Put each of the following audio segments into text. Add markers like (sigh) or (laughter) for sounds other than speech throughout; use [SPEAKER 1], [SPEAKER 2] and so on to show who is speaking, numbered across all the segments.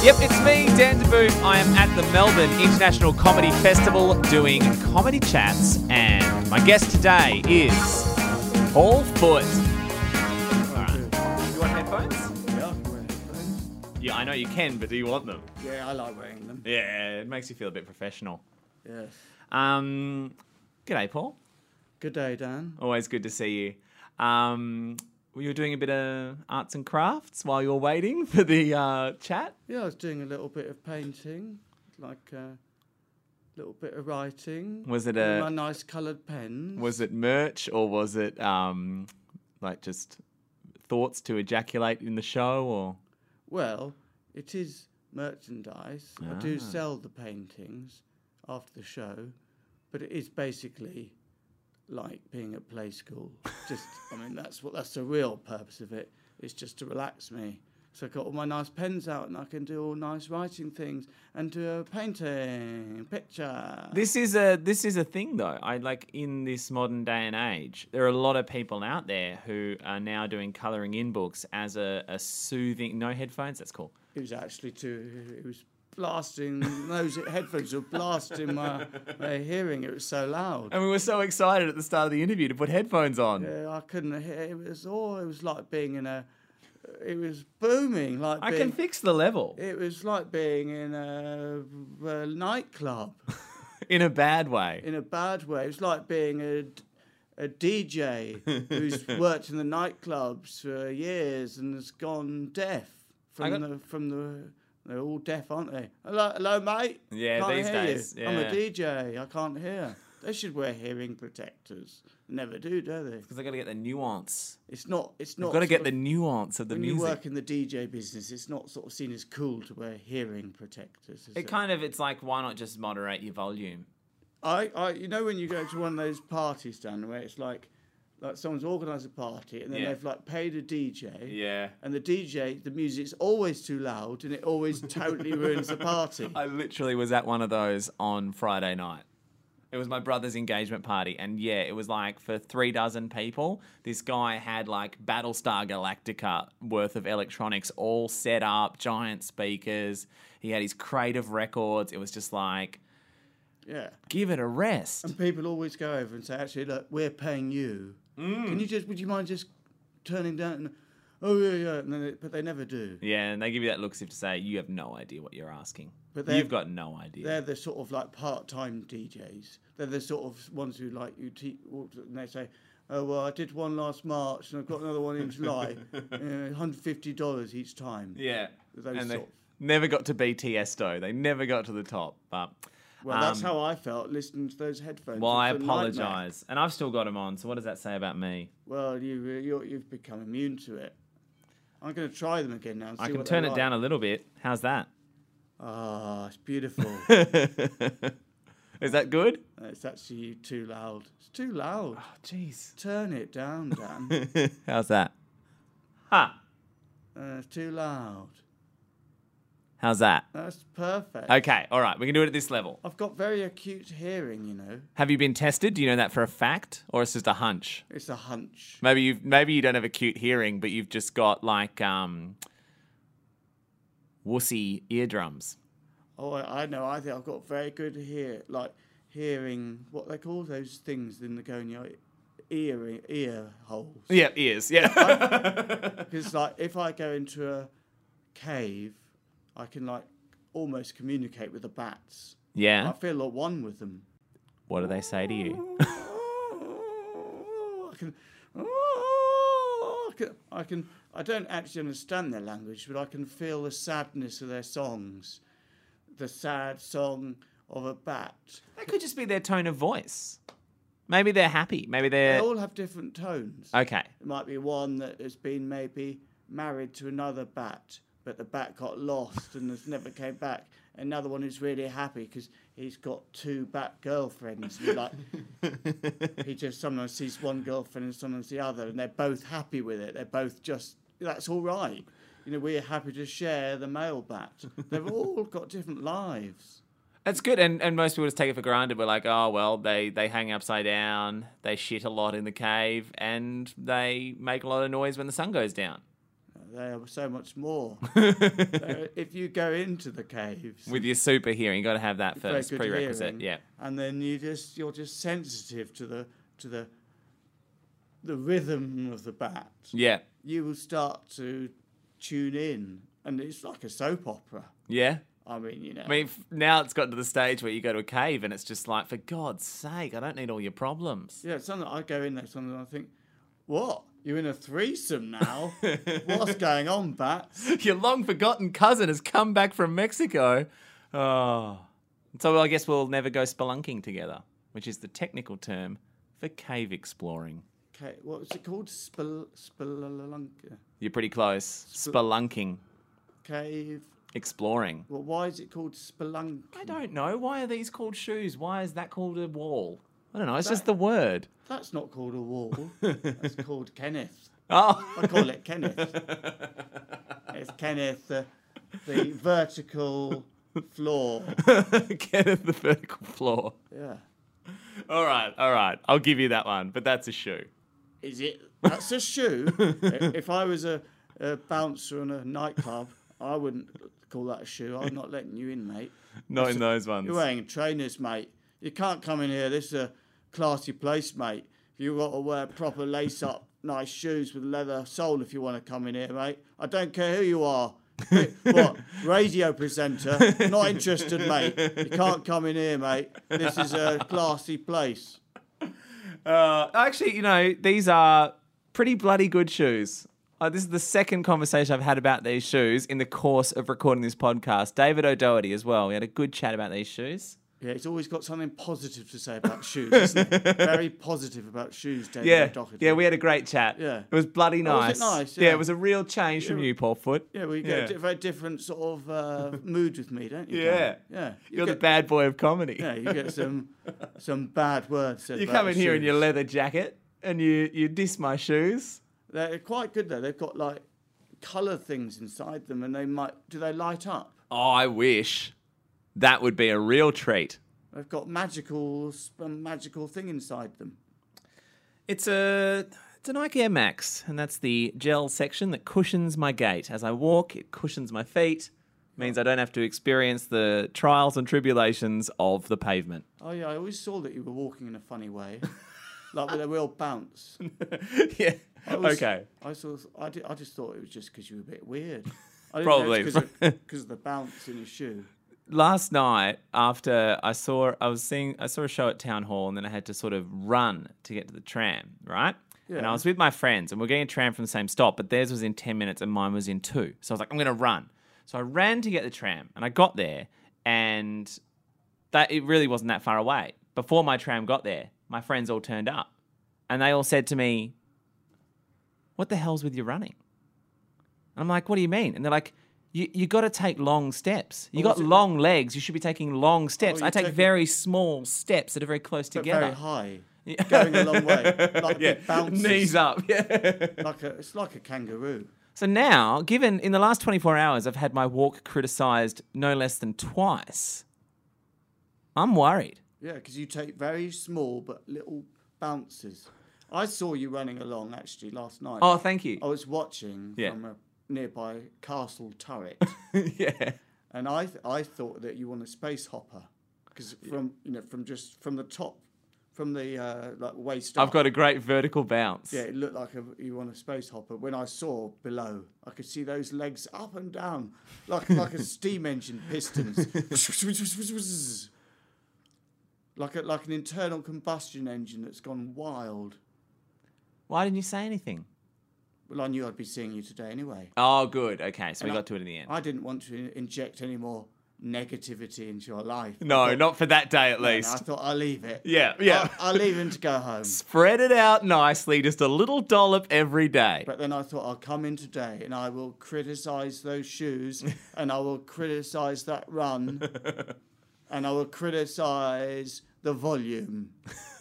[SPEAKER 1] Yep, it's me, Dan DeBoot. I am at the Melbourne International Comedy Festival doing comedy chats, and my guest today is Paul Foot. All right. You want headphones?
[SPEAKER 2] Yeah, I can wear headphones.
[SPEAKER 1] Yeah, I know you can, but do you want them?
[SPEAKER 2] Yeah, I like wearing them.
[SPEAKER 1] Yeah, it makes you feel a bit professional.
[SPEAKER 2] Yes.
[SPEAKER 1] Um, g'day, Paul.
[SPEAKER 2] Good day, Dan.
[SPEAKER 1] Always good to see you. Um, well, you were doing a bit of arts and crafts while you were waiting for the uh, chat.
[SPEAKER 2] Yeah, I was doing a little bit of painting, like a little bit of writing.
[SPEAKER 1] Was it
[SPEAKER 2] with
[SPEAKER 1] a-
[SPEAKER 2] my nice coloured pens?
[SPEAKER 1] Was it merch or was it um, like just thoughts to ejaculate in the show? Or
[SPEAKER 2] well, it is merchandise. I do sell the paintings after the show, but it is basically like being at play school. just, I mean, that's what that's the real purpose of it. It's just to relax me. So I've got all my nice pens out, and I can do all nice writing things and do a painting picture.
[SPEAKER 1] this is a this is a thing though. I like in this modern day and age, there are a lot of people out there who are now doing coloring in books as a, a soothing. No headphones. That's cool.
[SPEAKER 2] It was actually too. It was blasting. those (laughs) headphones were blasting my, my hearing. It was so loud.
[SPEAKER 1] And we were so excited at the start of the interview to put headphones on.
[SPEAKER 2] Yeah, I couldn't hear. It was all. It was like being in a. It was booming. Like
[SPEAKER 1] I
[SPEAKER 2] being,
[SPEAKER 1] can fix the level
[SPEAKER 2] It was like being in a, a nightclub
[SPEAKER 1] in a bad way.
[SPEAKER 2] in a bad way. It was like being a, d- a
[SPEAKER 1] (laughs)
[SPEAKER 2] DJ who's worked in the nightclubs for years and has gone deaf
[SPEAKER 1] I
[SPEAKER 2] from
[SPEAKER 1] got-
[SPEAKER 2] the from the. They're all deaf, aren't they? Hello, hello mate.
[SPEAKER 1] Yeah,
[SPEAKER 2] can't
[SPEAKER 1] these
[SPEAKER 2] hear you.
[SPEAKER 1] days,
[SPEAKER 2] I'm a
[SPEAKER 1] yeah.
[SPEAKER 2] DJ. I can't hear. They should wear hearing protectors. Never do, do they?
[SPEAKER 1] Because I got to get the nuance.
[SPEAKER 2] It's not. It's
[SPEAKER 1] I've
[SPEAKER 2] not.
[SPEAKER 1] got to
[SPEAKER 2] sort
[SPEAKER 1] get
[SPEAKER 2] of-
[SPEAKER 1] the nuance of the
[SPEAKER 2] when
[SPEAKER 1] music.
[SPEAKER 2] you work in the DJ business, it's not sort of seen as cool to wear hearing protectors. Is it
[SPEAKER 1] It kind of it's like why not just moderate your volume?
[SPEAKER 2] I, I, you know, when you go to one of those parties, Dan, where it's like, like someone's organised a party and then
[SPEAKER 1] Yeah.
[SPEAKER 2] they've like paid a DJ.
[SPEAKER 1] Yeah.
[SPEAKER 2] And the DJ, the music's always too loud, and it always
[SPEAKER 1] (laughs)
[SPEAKER 2] totally ruins the party.
[SPEAKER 1] I literally was at one of those on Friday night. It was my brother's engagement party, and yeah, it was like for three dozen people. This guy had like Battlestar Galactica worth of electronics all set up, giant speakers. He had his crate of records. It was just like,
[SPEAKER 2] Yeah.
[SPEAKER 1] give it a rest.
[SPEAKER 2] And people always go over and say, actually, look, we're paying you.
[SPEAKER 1] Mm.
[SPEAKER 2] Can you just? Would you mind just turning down? And, oh yeah, yeah. And then, it, but they never do.
[SPEAKER 1] Yeah, and they give you that look as if to say, you have no idea what you're asking.
[SPEAKER 2] But they're-
[SPEAKER 1] You've got no idea.
[SPEAKER 2] They're the sort of like part-time DJs. They're the sort of ones who like you te- walk to- and they say, "Oh well, I did one last March and I've got another one in July, uh, hundred fifty dollars each time."
[SPEAKER 1] Yeah.
[SPEAKER 2] Those
[SPEAKER 1] and they
[SPEAKER 2] sort-
[SPEAKER 1] never got to BTS though. They never got to the top. But
[SPEAKER 2] Well, that's
[SPEAKER 1] um,
[SPEAKER 2] how I felt listening to those headphones.
[SPEAKER 1] Well, I
[SPEAKER 2] It's a nightmare.
[SPEAKER 1] apologize, and I've still got them on. So what does that say about me?
[SPEAKER 2] Well, you uh, you're, you've become immune to it. I'm going to try them again now. And see
[SPEAKER 1] I can
[SPEAKER 2] what
[SPEAKER 1] turn
[SPEAKER 2] they're
[SPEAKER 1] it
[SPEAKER 2] like.
[SPEAKER 1] down a little bit. How's
[SPEAKER 2] (laughs)
[SPEAKER 1] that?
[SPEAKER 2] Ah,
[SPEAKER 1] (laughs)
[SPEAKER 2] it's beautiful.
[SPEAKER 1] Is that good?
[SPEAKER 2] it's actually too loud. It's too loud.
[SPEAKER 1] Oh, jeez.
[SPEAKER 2] Turn it down,
[SPEAKER 1] (laughs)
[SPEAKER 2] Dan.
[SPEAKER 1] How's that? Ha.
[SPEAKER 2] uh, it's too loud.
[SPEAKER 1] How's that?
[SPEAKER 2] That's perfect.
[SPEAKER 1] Okay. All right. We can do it at this level.
[SPEAKER 2] I've got very acute hearing, you know.
[SPEAKER 1] Have you been tested? Do you know that for a fact, or it's just a hunch?
[SPEAKER 2] It's a hunch.
[SPEAKER 1] Maybe you maybe you don't have acute hearing, but you've just got like um, wussy eardrums.
[SPEAKER 2] Oh, I, I know. I think I've got very good hear, like hearing what they call those things in the go in your ear ear holes.
[SPEAKER 1] Yeah, ears.
[SPEAKER 2] (laughs)
[SPEAKER 1] Yeah.
[SPEAKER 2] Because like if I go into a cave, I can like almost communicate with the bats.
[SPEAKER 1] yeah.
[SPEAKER 2] I feel at one with them.
[SPEAKER 1] What do they say to you?
[SPEAKER 2] I can. I can- I can. I don't actually understand their language, but I can feel the sadness of their songs. The sad song of a bat.
[SPEAKER 1] That could just be their tone of voice. Maybe they're happy. Maybe
[SPEAKER 2] They
[SPEAKER 1] they're
[SPEAKER 2] all have different tones.
[SPEAKER 1] okay.
[SPEAKER 2] There might be one that has been maybe married to another bat, but the bat got lost and has never came back. Another one who's really happy because he's got two bat girlfriends. He, like he just sometimes sees one girlfriend and sometimes the other, and they're both happy with it. They're both just that's all right. You know, we're happy to share the male bat. They've all got different lives.
[SPEAKER 1] That's good. And and most people just take it for granted. We're like, oh well, they they hang upside down, they shit a lot in the cave, and they make a lot of noise when the sun goes down.
[SPEAKER 2] Uh, They are so much more. So if you go into the caves
[SPEAKER 1] With your super hearing, you got to have that
[SPEAKER 2] very
[SPEAKER 1] first
[SPEAKER 2] good
[SPEAKER 1] prerequisite.
[SPEAKER 2] hearing,
[SPEAKER 1] Yeah.
[SPEAKER 2] and then you just you're just sensitive to the to the the rhythm of the bat.
[SPEAKER 1] Yeah.
[SPEAKER 2] You will start to tune in, and it's like a soap opera.
[SPEAKER 1] Yeah.
[SPEAKER 2] I mean, you know,
[SPEAKER 1] I mean, f- now it's gotten to the stage where you go to a cave and it's just like, for God's sake, I don't need all your problems.
[SPEAKER 2] yeah. Sometimes I go in there, sometimes I think, what? You're in a
[SPEAKER 1] (laughs)
[SPEAKER 2] threesome now. What's going on, bats?
[SPEAKER 1] Your long forgotten cousin has come back from Mexico. Oh. So I guess we'll never go spelunking together, which is the technical term for cave exploring.
[SPEAKER 2] Okay, what was it called? Spel- spelunker
[SPEAKER 1] You're pretty close. Spelunking,
[SPEAKER 2] cave.
[SPEAKER 1] exploring.
[SPEAKER 2] Well, why is it called spelunk?
[SPEAKER 1] I don't know. Why are these called shoes? Why is that called a wall? I don't know. It's just the word.
[SPEAKER 2] That's not called a wall. That's called Kenneth.
[SPEAKER 1] Oh, (laughs)
[SPEAKER 2] I call it Kenneth. it's Kenneth, uh, the vertical floor.
[SPEAKER 1] Kenneth the vertical floor.
[SPEAKER 2] Yeah.
[SPEAKER 1] All right, all right. I'll give you that one, but that's a shoe.
[SPEAKER 2] Is it? That's a shoe. I- if I was a, a bouncer in a nightclub, I wouldn't call that a shoe. I'm not letting you in, mate.
[SPEAKER 1] Not in those
[SPEAKER 2] You're
[SPEAKER 1] ones.
[SPEAKER 2] wearing trainers, mate. You can't come in here. This is a classy place, mate. You got to wear proper lace up, nice shoes with leather sole if you want to come in here, mate. I don't care who you are. (laughs) what radio presenter? Not interested, mate. You can't come in here, mate. This is a classy place.
[SPEAKER 1] Uh, actually, you know, these are pretty bloody good shoes. Uh, this is the second conversation I've had about these shoes in the course of recording this podcast. David O'Doherty as well. We had a good chat about these shoes.
[SPEAKER 2] Yeah, he's always got something positive to say about shoes,
[SPEAKER 1] (laughs)
[SPEAKER 2] isn't he? Very positive about shoes, David
[SPEAKER 1] Yeah,
[SPEAKER 2] Doherty.
[SPEAKER 1] yeah, we had a great chat.
[SPEAKER 2] Yeah.
[SPEAKER 1] it was bloody
[SPEAKER 2] Oh, was
[SPEAKER 1] nice.
[SPEAKER 2] it nice?
[SPEAKER 1] Yeah.
[SPEAKER 2] Yeah.
[SPEAKER 1] it was a real change from you, Paul Foot.
[SPEAKER 2] yeah, well, you get a di- very different sort of uh, mood with me, don't you?
[SPEAKER 1] Yeah.
[SPEAKER 2] Gary? yeah. You
[SPEAKER 1] You're
[SPEAKER 2] get-
[SPEAKER 1] the bad boy of comedy.
[SPEAKER 2] Yeah, you get some some bad words. said
[SPEAKER 1] You
[SPEAKER 2] about
[SPEAKER 1] come
[SPEAKER 2] the
[SPEAKER 1] in here in your
[SPEAKER 2] shoes.
[SPEAKER 1] leather jacket and you you diss my shoes.
[SPEAKER 2] They're quite good though. They've got like color things inside them, and they might do they light up?
[SPEAKER 1] Oh, I wish that would be a real treat.
[SPEAKER 2] They've got magical some magical thing inside them.
[SPEAKER 1] It's a it's an Nike Air Max, and that's the gel section that cushions my gait as I walk. It cushions my feet, means I don't have to experience the trials and tribulations of the
[SPEAKER 2] (laughs)
[SPEAKER 1] pavement.
[SPEAKER 2] Oh yeah, I always saw that you were walking in a
[SPEAKER 1] (laughs)
[SPEAKER 2] funny way, like with a real bounce.
[SPEAKER 1] yeah.
[SPEAKER 2] I always-
[SPEAKER 1] Okay.
[SPEAKER 2] I saw. I, did, I just thought it was just because you were a bit weird. I didn't
[SPEAKER 1] Probably. (laughs)
[SPEAKER 2] because of the bounce in your shoe.
[SPEAKER 1] last night after I saw I was seeing I saw a show at town hall and then I had to sort of run to get to the tram, right? And I
[SPEAKER 2] Yeah.
[SPEAKER 1] was with my friends and we're getting a tram from the same stop, but theirs was in 10 minutes and mine was in 2. So I was like I'm going to run. So I ran to get the tram and I got there and that it really wasn't that far away. Before my tram got there, my friends all turned up and they all said to me, "What the hell's with you running?" And I'm like, "What do you mean?" And they're like, "You you got to take long steps. You
[SPEAKER 2] Well,
[SPEAKER 1] got
[SPEAKER 2] was Oh, it-
[SPEAKER 1] long legs. You should be taking long steps.
[SPEAKER 2] Oh,
[SPEAKER 1] I
[SPEAKER 2] you
[SPEAKER 1] take
[SPEAKER 2] take-
[SPEAKER 1] very small steps that are very close
[SPEAKER 2] But
[SPEAKER 1] together.
[SPEAKER 2] very high, going a long
[SPEAKER 1] (laughs)
[SPEAKER 2] way, like big bounces,
[SPEAKER 1] Knees up. Yeah.
[SPEAKER 2] like a, it's like a kangaroo.
[SPEAKER 1] So now, given in the last 24 hours I've had my walk criticized no less than twice, I'm worried.
[SPEAKER 2] Yeah, because you take very small but little bounces. I saw you running along actually last night.
[SPEAKER 1] Oh, thank you.
[SPEAKER 2] I was watching
[SPEAKER 1] Yeah.
[SPEAKER 2] from a nearby castle
[SPEAKER 1] (laughs)
[SPEAKER 2] turret,
[SPEAKER 1] (laughs) yeah.
[SPEAKER 2] and I th- I thought that you were on a space hopper because from you know from just from the top, from the uh, like waist up.
[SPEAKER 1] (laughs) I've got a great vertical bounce.
[SPEAKER 2] Yeah, it looked like a, you were on a space hopper. When I saw below, I could see those legs up and down, like like a
[SPEAKER 1] (laughs)
[SPEAKER 2] steam engine pistons, like a, like an internal combustion engine that's gone wild.
[SPEAKER 1] Why didn't you say anything?
[SPEAKER 2] Well, I knew I'd be seeing you today anyway.
[SPEAKER 1] Oh, good. Okay, so we
[SPEAKER 2] And I-
[SPEAKER 1] got to it in the end.
[SPEAKER 2] I didn't want to in- inject any more negativity into your life.
[SPEAKER 1] (laughs)
[SPEAKER 2] I
[SPEAKER 1] no, Oh.
[SPEAKER 2] thought-
[SPEAKER 1] not for that day at
[SPEAKER 2] and
[SPEAKER 1] least.
[SPEAKER 2] I thought I'll leave it.
[SPEAKER 1] (laughs) Yeah, yeah.
[SPEAKER 2] I'll, I'll leave him to go
[SPEAKER 1] (laughs)
[SPEAKER 2] home.
[SPEAKER 1] Spread it out nicely, just a little dollop every day.
[SPEAKER 2] But then I thought, I'll come in today and I will criticise those
[SPEAKER 1] (laughs)
[SPEAKER 2] shoes and I will criticise that run and I will criticise the volume.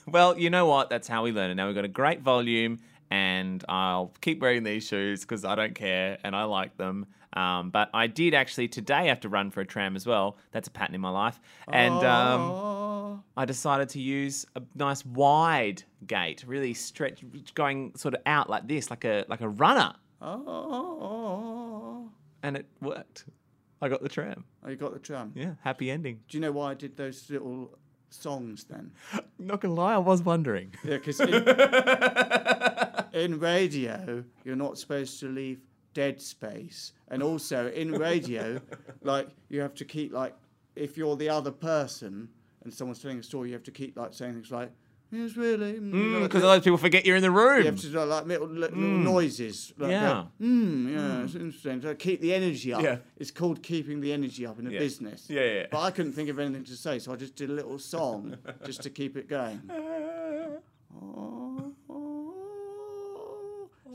[SPEAKER 1] Well, you know what? That's how we learn. And now we've got a great volume, and I'll keep wearing these shoes because I don't care and I like them. Um, but I did actually today have to run for a tram as well. That's a pattern in my life. And um,
[SPEAKER 2] Oh,
[SPEAKER 1] I decided to use a nice wide gait, really stretch, going sort of out like this, like a like a runner.
[SPEAKER 2] ah, Oh,
[SPEAKER 1] and it worked. I got the tram.
[SPEAKER 2] oh, you got the drum.
[SPEAKER 1] Yeah, happy ending.
[SPEAKER 2] Do you know why I did those little songs then?
[SPEAKER 1] Not gonna lie, I was
[SPEAKER 2] (laughs)
[SPEAKER 1] wondering.
[SPEAKER 2] Yeah, because
[SPEAKER 1] (laughs)
[SPEAKER 2] in, in radio, you're not supposed to leave dead space. And also in radio, like, you have to keep, like, if you're the other person and someone's telling a story, you have to keep, like, saying things like, yes, really. mm," you know, like
[SPEAKER 1] Because those people forget you're in the room.
[SPEAKER 2] You have to do like little, little noises. Like
[SPEAKER 1] Mm. Yeah.
[SPEAKER 2] go, Mm, yeah, it's interesting. So keep the energy up.
[SPEAKER 1] Yeah.
[SPEAKER 2] It's called keeping the energy up in a
[SPEAKER 1] Yeah.
[SPEAKER 2] business.
[SPEAKER 1] Yeah, yeah.
[SPEAKER 2] But I couldn't think of anything to say, so I just did a little song just to keep it
[SPEAKER 1] (laughs)
[SPEAKER 2] going. Oh, oh.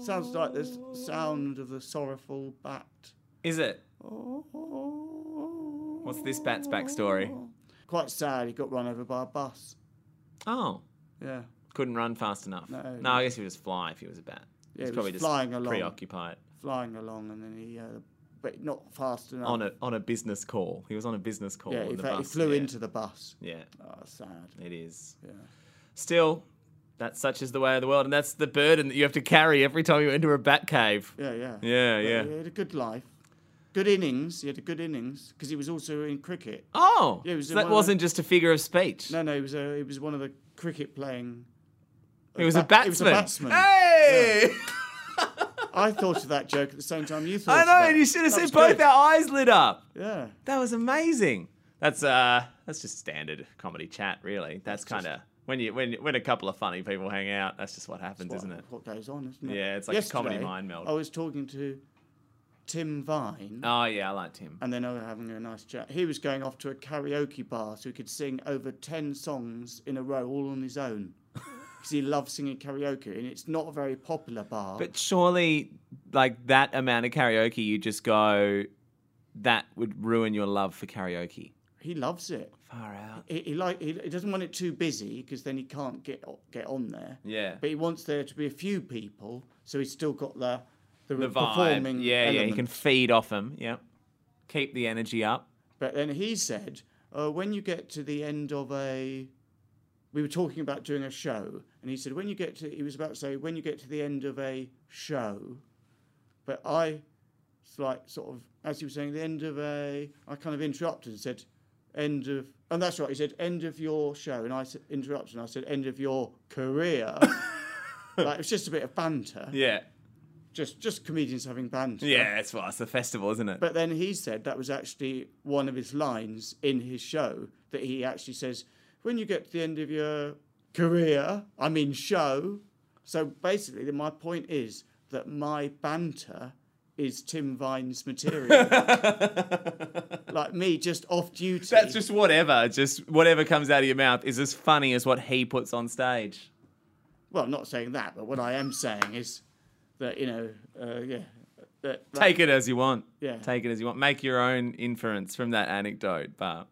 [SPEAKER 2] (laughs) Sounds like the s- sound of the sorrowful bat.
[SPEAKER 1] Is it?
[SPEAKER 2] Oh,
[SPEAKER 1] What's this bat's backstory?
[SPEAKER 2] Quite sad. He got run over by a bus.
[SPEAKER 1] Oh,
[SPEAKER 2] Yeah.
[SPEAKER 1] couldn't run fast enough.
[SPEAKER 2] No,
[SPEAKER 1] No,
[SPEAKER 2] no.
[SPEAKER 1] I guess he was fly if he was a bat.
[SPEAKER 2] Yeah, he was
[SPEAKER 1] probably
[SPEAKER 2] flying
[SPEAKER 1] just
[SPEAKER 2] along.
[SPEAKER 1] preoccupied
[SPEAKER 2] Flying along, and then he, uh, but not fast enough.
[SPEAKER 1] on a on a business call. He was on a business call.
[SPEAKER 2] Yeah,
[SPEAKER 1] on
[SPEAKER 2] in
[SPEAKER 1] the
[SPEAKER 2] fact,
[SPEAKER 1] bus.
[SPEAKER 2] he flew
[SPEAKER 1] yeah.
[SPEAKER 2] into the bus.
[SPEAKER 1] Yeah,
[SPEAKER 2] Oh, sad.
[SPEAKER 1] it is.
[SPEAKER 2] Yeah.
[SPEAKER 1] Still, that's such is the way of the world, and that's the burden that you have to carry every time you enter a bat cave.
[SPEAKER 2] Yeah, yeah.
[SPEAKER 1] Yeah,
[SPEAKER 2] But
[SPEAKER 1] yeah.
[SPEAKER 2] He had a good life. Good innings. He had a good innings because he was also in cricket.
[SPEAKER 1] Oh,
[SPEAKER 2] Yeah, it was
[SPEAKER 1] so
[SPEAKER 2] in
[SPEAKER 1] that
[SPEAKER 2] one of
[SPEAKER 1] wasn't just a figure of speech.
[SPEAKER 2] No, no, he was a, he was one of the cricket playing.
[SPEAKER 1] He was a
[SPEAKER 2] bat-
[SPEAKER 1] batsman.
[SPEAKER 2] he was a batsman.
[SPEAKER 1] Hey!
[SPEAKER 2] I thought of that joke at the same time you thought.
[SPEAKER 1] I
[SPEAKER 2] of that.
[SPEAKER 1] know, and you should have
[SPEAKER 2] That
[SPEAKER 1] seen
[SPEAKER 2] was
[SPEAKER 1] both
[SPEAKER 2] good.
[SPEAKER 1] our eyes lit up.
[SPEAKER 2] Yeah.
[SPEAKER 1] That was amazing. That's uh that's just standard comedy chat, really. That's kind of when you when when a couple of funny people hang out, that's just what happens,
[SPEAKER 2] What,
[SPEAKER 1] isn't it?
[SPEAKER 2] what goes on, isn't it?
[SPEAKER 1] Yeah, it's like a comedy
[SPEAKER 2] Yesterday,
[SPEAKER 1] mind meld.
[SPEAKER 2] I was talking to Tim Vine.
[SPEAKER 1] Oh yeah, I liked him.
[SPEAKER 2] And then they were having a nice chat. He was going off to a karaoke bar so he could sing over 10 songs in a row all on his own. (laughs) Because he loves singing karaoke and it's not a very popular bar.
[SPEAKER 1] But surely, like that amount of karaoke, you just go, that would ruin your love for karaoke.
[SPEAKER 2] he loves it.
[SPEAKER 1] Far out.
[SPEAKER 2] He, he, like, he, he doesn't want it too busy because then he can't get, o- get on there.
[SPEAKER 1] Yeah.
[SPEAKER 2] But he wants there to be a few people so he's still got the, the,
[SPEAKER 1] The
[SPEAKER 2] performing.
[SPEAKER 1] vibe. Yeah, yeah. You
[SPEAKER 2] element.
[SPEAKER 1] can feed off him. Yep. Keep the energy up.
[SPEAKER 2] But then he said, uh, when you get to the end of a. We were talking about doing a show, and he said, when you get to. He was about to say, when you get to the end of a show. But I, s- like, sort of, as he was saying, the end of a. I kind of interrupted and said, end of. And that's right, he said, end of your show. And I s- interrupted and I said, end of your
[SPEAKER 1] (laughs)
[SPEAKER 2] career. like, it was just a bit of banter.
[SPEAKER 1] Yeah.
[SPEAKER 2] Just, just comedians having banter.
[SPEAKER 1] Yeah, that's why it's the festival, isn't it?
[SPEAKER 2] But then he said that was actually one of his lines in his show that he actually says, when you get to the end of your career, I mean show. So basically, my point is that my banter is Tim
[SPEAKER 1] (laughs)
[SPEAKER 2] Vine's material. like me, just off duty.
[SPEAKER 1] That's just whatever. Just whatever comes out of your mouth is as funny as what he puts on stage.
[SPEAKER 2] well, I'm not saying that, but what I am saying is that, you know, uh, yeah. That, that-
[SPEAKER 1] Take it as you want.
[SPEAKER 2] Yeah.
[SPEAKER 1] Take it as you want. Make your own inference from that anecdote. But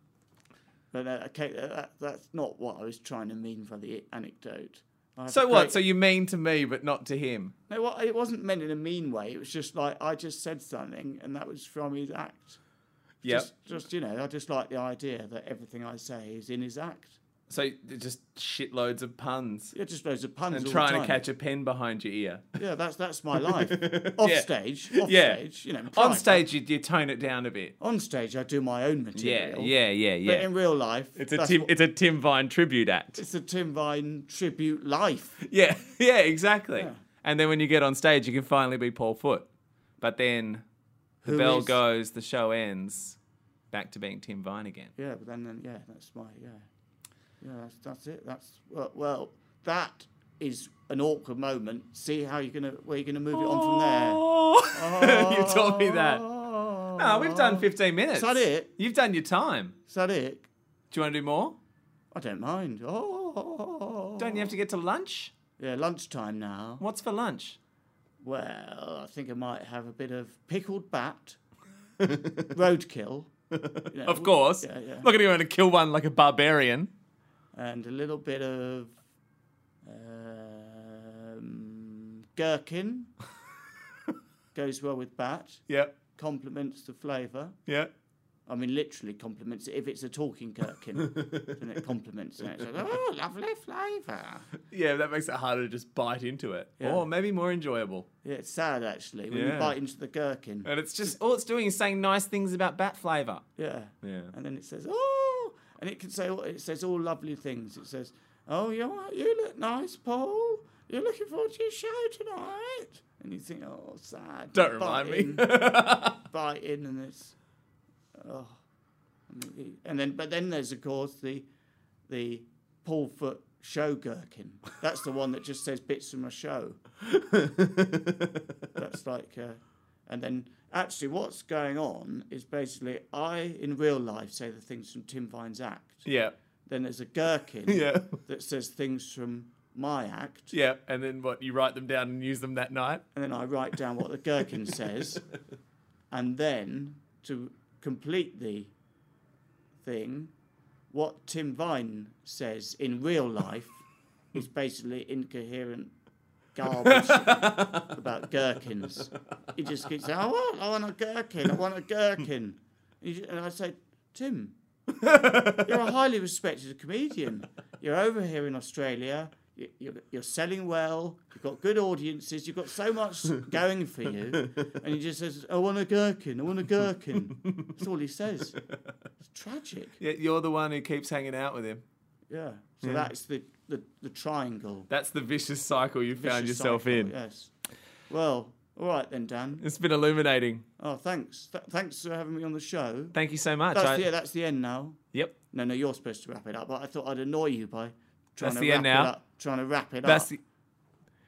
[SPEAKER 2] but, uh, okay, uh, that, that's not what I was trying to mean by the anecdote. I have a
[SPEAKER 1] so what?
[SPEAKER 2] great-
[SPEAKER 1] So you mean to me, but not to him.
[SPEAKER 2] No, well, it wasn't meant in a mean way. It was just like I just said something, and that was from his act.
[SPEAKER 1] Yep.
[SPEAKER 2] Just, just you know, I just like the idea that everything I say is in his act.
[SPEAKER 1] So just shitloads of puns
[SPEAKER 2] Yeah, just loads of puns.
[SPEAKER 1] and
[SPEAKER 2] all
[SPEAKER 1] trying to
[SPEAKER 2] the time.
[SPEAKER 1] catch a pen behind your ear.
[SPEAKER 2] Yeah, that's that's
[SPEAKER 1] (laughs)
[SPEAKER 2] my life. off stage, off
[SPEAKER 1] Yeah.
[SPEAKER 2] stage, you know.
[SPEAKER 1] On
[SPEAKER 2] private.
[SPEAKER 1] stage, you, you tone it down a bit.
[SPEAKER 2] on stage, I do my own
[SPEAKER 1] Yeah,
[SPEAKER 2] material.
[SPEAKER 1] yeah, yeah, yeah.
[SPEAKER 2] But in real life,
[SPEAKER 1] it's a
[SPEAKER 2] that's
[SPEAKER 1] Tim,
[SPEAKER 2] what-
[SPEAKER 1] it's a Tim Vine tribute act.
[SPEAKER 2] it's a Tim Vine tribute life.
[SPEAKER 1] (laughs) Yeah, yeah, exactly.
[SPEAKER 2] Yeah.
[SPEAKER 1] And then when you get on stage, you can finally be Paul Foot. But then the
[SPEAKER 2] Who
[SPEAKER 1] bell
[SPEAKER 2] is-
[SPEAKER 1] goes, the show ends, back to being Tim Vine again.
[SPEAKER 2] Yeah, but then, then yeah, that's my yeah, yeah. That's, that's it. That's well, well, that is an awkward moment. See how you're gonna where you're gonna move it on from there.
[SPEAKER 1] Oh. (laughs) you told me that.
[SPEAKER 2] Oh,
[SPEAKER 1] No, we've done 15 minutes.
[SPEAKER 2] Is that it?
[SPEAKER 1] You've done your time.
[SPEAKER 2] Is that it?
[SPEAKER 1] Do you want to do more?
[SPEAKER 2] I don't mind. Oh,
[SPEAKER 1] Don't you have to get to lunch?
[SPEAKER 2] Yeah, lunchtime now.
[SPEAKER 1] What's for lunch?
[SPEAKER 2] Well, I think I might have a bit of
[SPEAKER 1] (laughs)
[SPEAKER 2] pickled bat, roadkill, you know,
[SPEAKER 1] Of course.
[SPEAKER 2] Yeah, yeah.
[SPEAKER 1] Not going to go in and kill one like a barbarian.
[SPEAKER 2] and a little bit of um, gherkin. Goes well with bat.
[SPEAKER 1] Yep.
[SPEAKER 2] Complements the flavour.
[SPEAKER 1] Yeah.
[SPEAKER 2] I mean, literally compliments it if it's a talking gherkin, then it compliments it. It's like, oh, lovely flavour.
[SPEAKER 1] Yeah, that makes it harder to just bite into it.
[SPEAKER 2] Yeah.
[SPEAKER 1] Or maybe more enjoyable.
[SPEAKER 2] Yeah, it's sad actually when
[SPEAKER 1] Yeah.
[SPEAKER 2] you bite into the gherkin.
[SPEAKER 1] And it's just all it's doing is saying nice things about bat flavour.
[SPEAKER 2] Yeah.
[SPEAKER 1] Yeah.
[SPEAKER 2] And then it says, oh, and it can say all- it says all lovely things. It says, oh, you all right? you look nice, Paul. You're looking forward to your show tonight. And you think, oh, sad.
[SPEAKER 1] Don't
[SPEAKER 2] You
[SPEAKER 1] remind
[SPEAKER 2] bite in,
[SPEAKER 1] me. (laughs)
[SPEAKER 2] bite in, and it's, oh, I mean, and then but then there's of course the, the Paul Foot show gherkin. That's the one that just says bits from a show. That's like, uh, and then actually, what's going on is basically I in real life say the things from Tim Vine's act.
[SPEAKER 1] yeah.
[SPEAKER 2] Then there's a gherkin
[SPEAKER 1] Yeah.
[SPEAKER 2] that says things from my act,
[SPEAKER 1] Yeah. And then what, you write them down and use them that night?
[SPEAKER 2] and then I write down what the gherkin says, and then to complete the thing, what Tim Vine says in real life is basically incoherent garbage about gherkins. He just keeps saying, "I want, I want a gherkin, I want a gherkin," and, you- and I say, "Tim, you're a highly respected comedian. You're over here in Australia." you- You're, you're selling well. You've got good audiences. You've got so much going for you, and he just says, "I want a gherkin. I want a gherkin." That's all he says. It's tragic.
[SPEAKER 1] Yeah, you're the one who keeps hanging out with him.
[SPEAKER 2] Yeah. So
[SPEAKER 1] Hmm.
[SPEAKER 2] that's the, the, the triangle.
[SPEAKER 1] That's the vicious cycle you found
[SPEAKER 2] vicious
[SPEAKER 1] yourself
[SPEAKER 2] cycle,
[SPEAKER 1] in.
[SPEAKER 2] Yes. Well, all right then, Dan.
[SPEAKER 1] It's been illuminating.
[SPEAKER 2] Oh, thanks. Th- thanks for having me on the show.
[SPEAKER 1] Thank you so much.
[SPEAKER 2] That's
[SPEAKER 1] I-
[SPEAKER 2] the, that's the end now.
[SPEAKER 1] Yep.
[SPEAKER 2] No, no, you're supposed to wrap it up, but I thought I'd annoy you by
[SPEAKER 1] That's
[SPEAKER 2] trying to
[SPEAKER 1] the
[SPEAKER 2] wrap
[SPEAKER 1] end
[SPEAKER 2] it
[SPEAKER 1] now.
[SPEAKER 2] up. Trying to wrap it
[SPEAKER 1] That's
[SPEAKER 2] up.
[SPEAKER 1] the,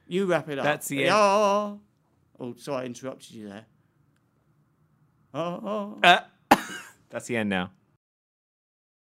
[SPEAKER 2] You wrap it up.
[SPEAKER 1] That's the end.
[SPEAKER 2] Yeah. Oh, sorry, I interrupted you there. Oh, oh.
[SPEAKER 1] uh, (coughs) that's the end now.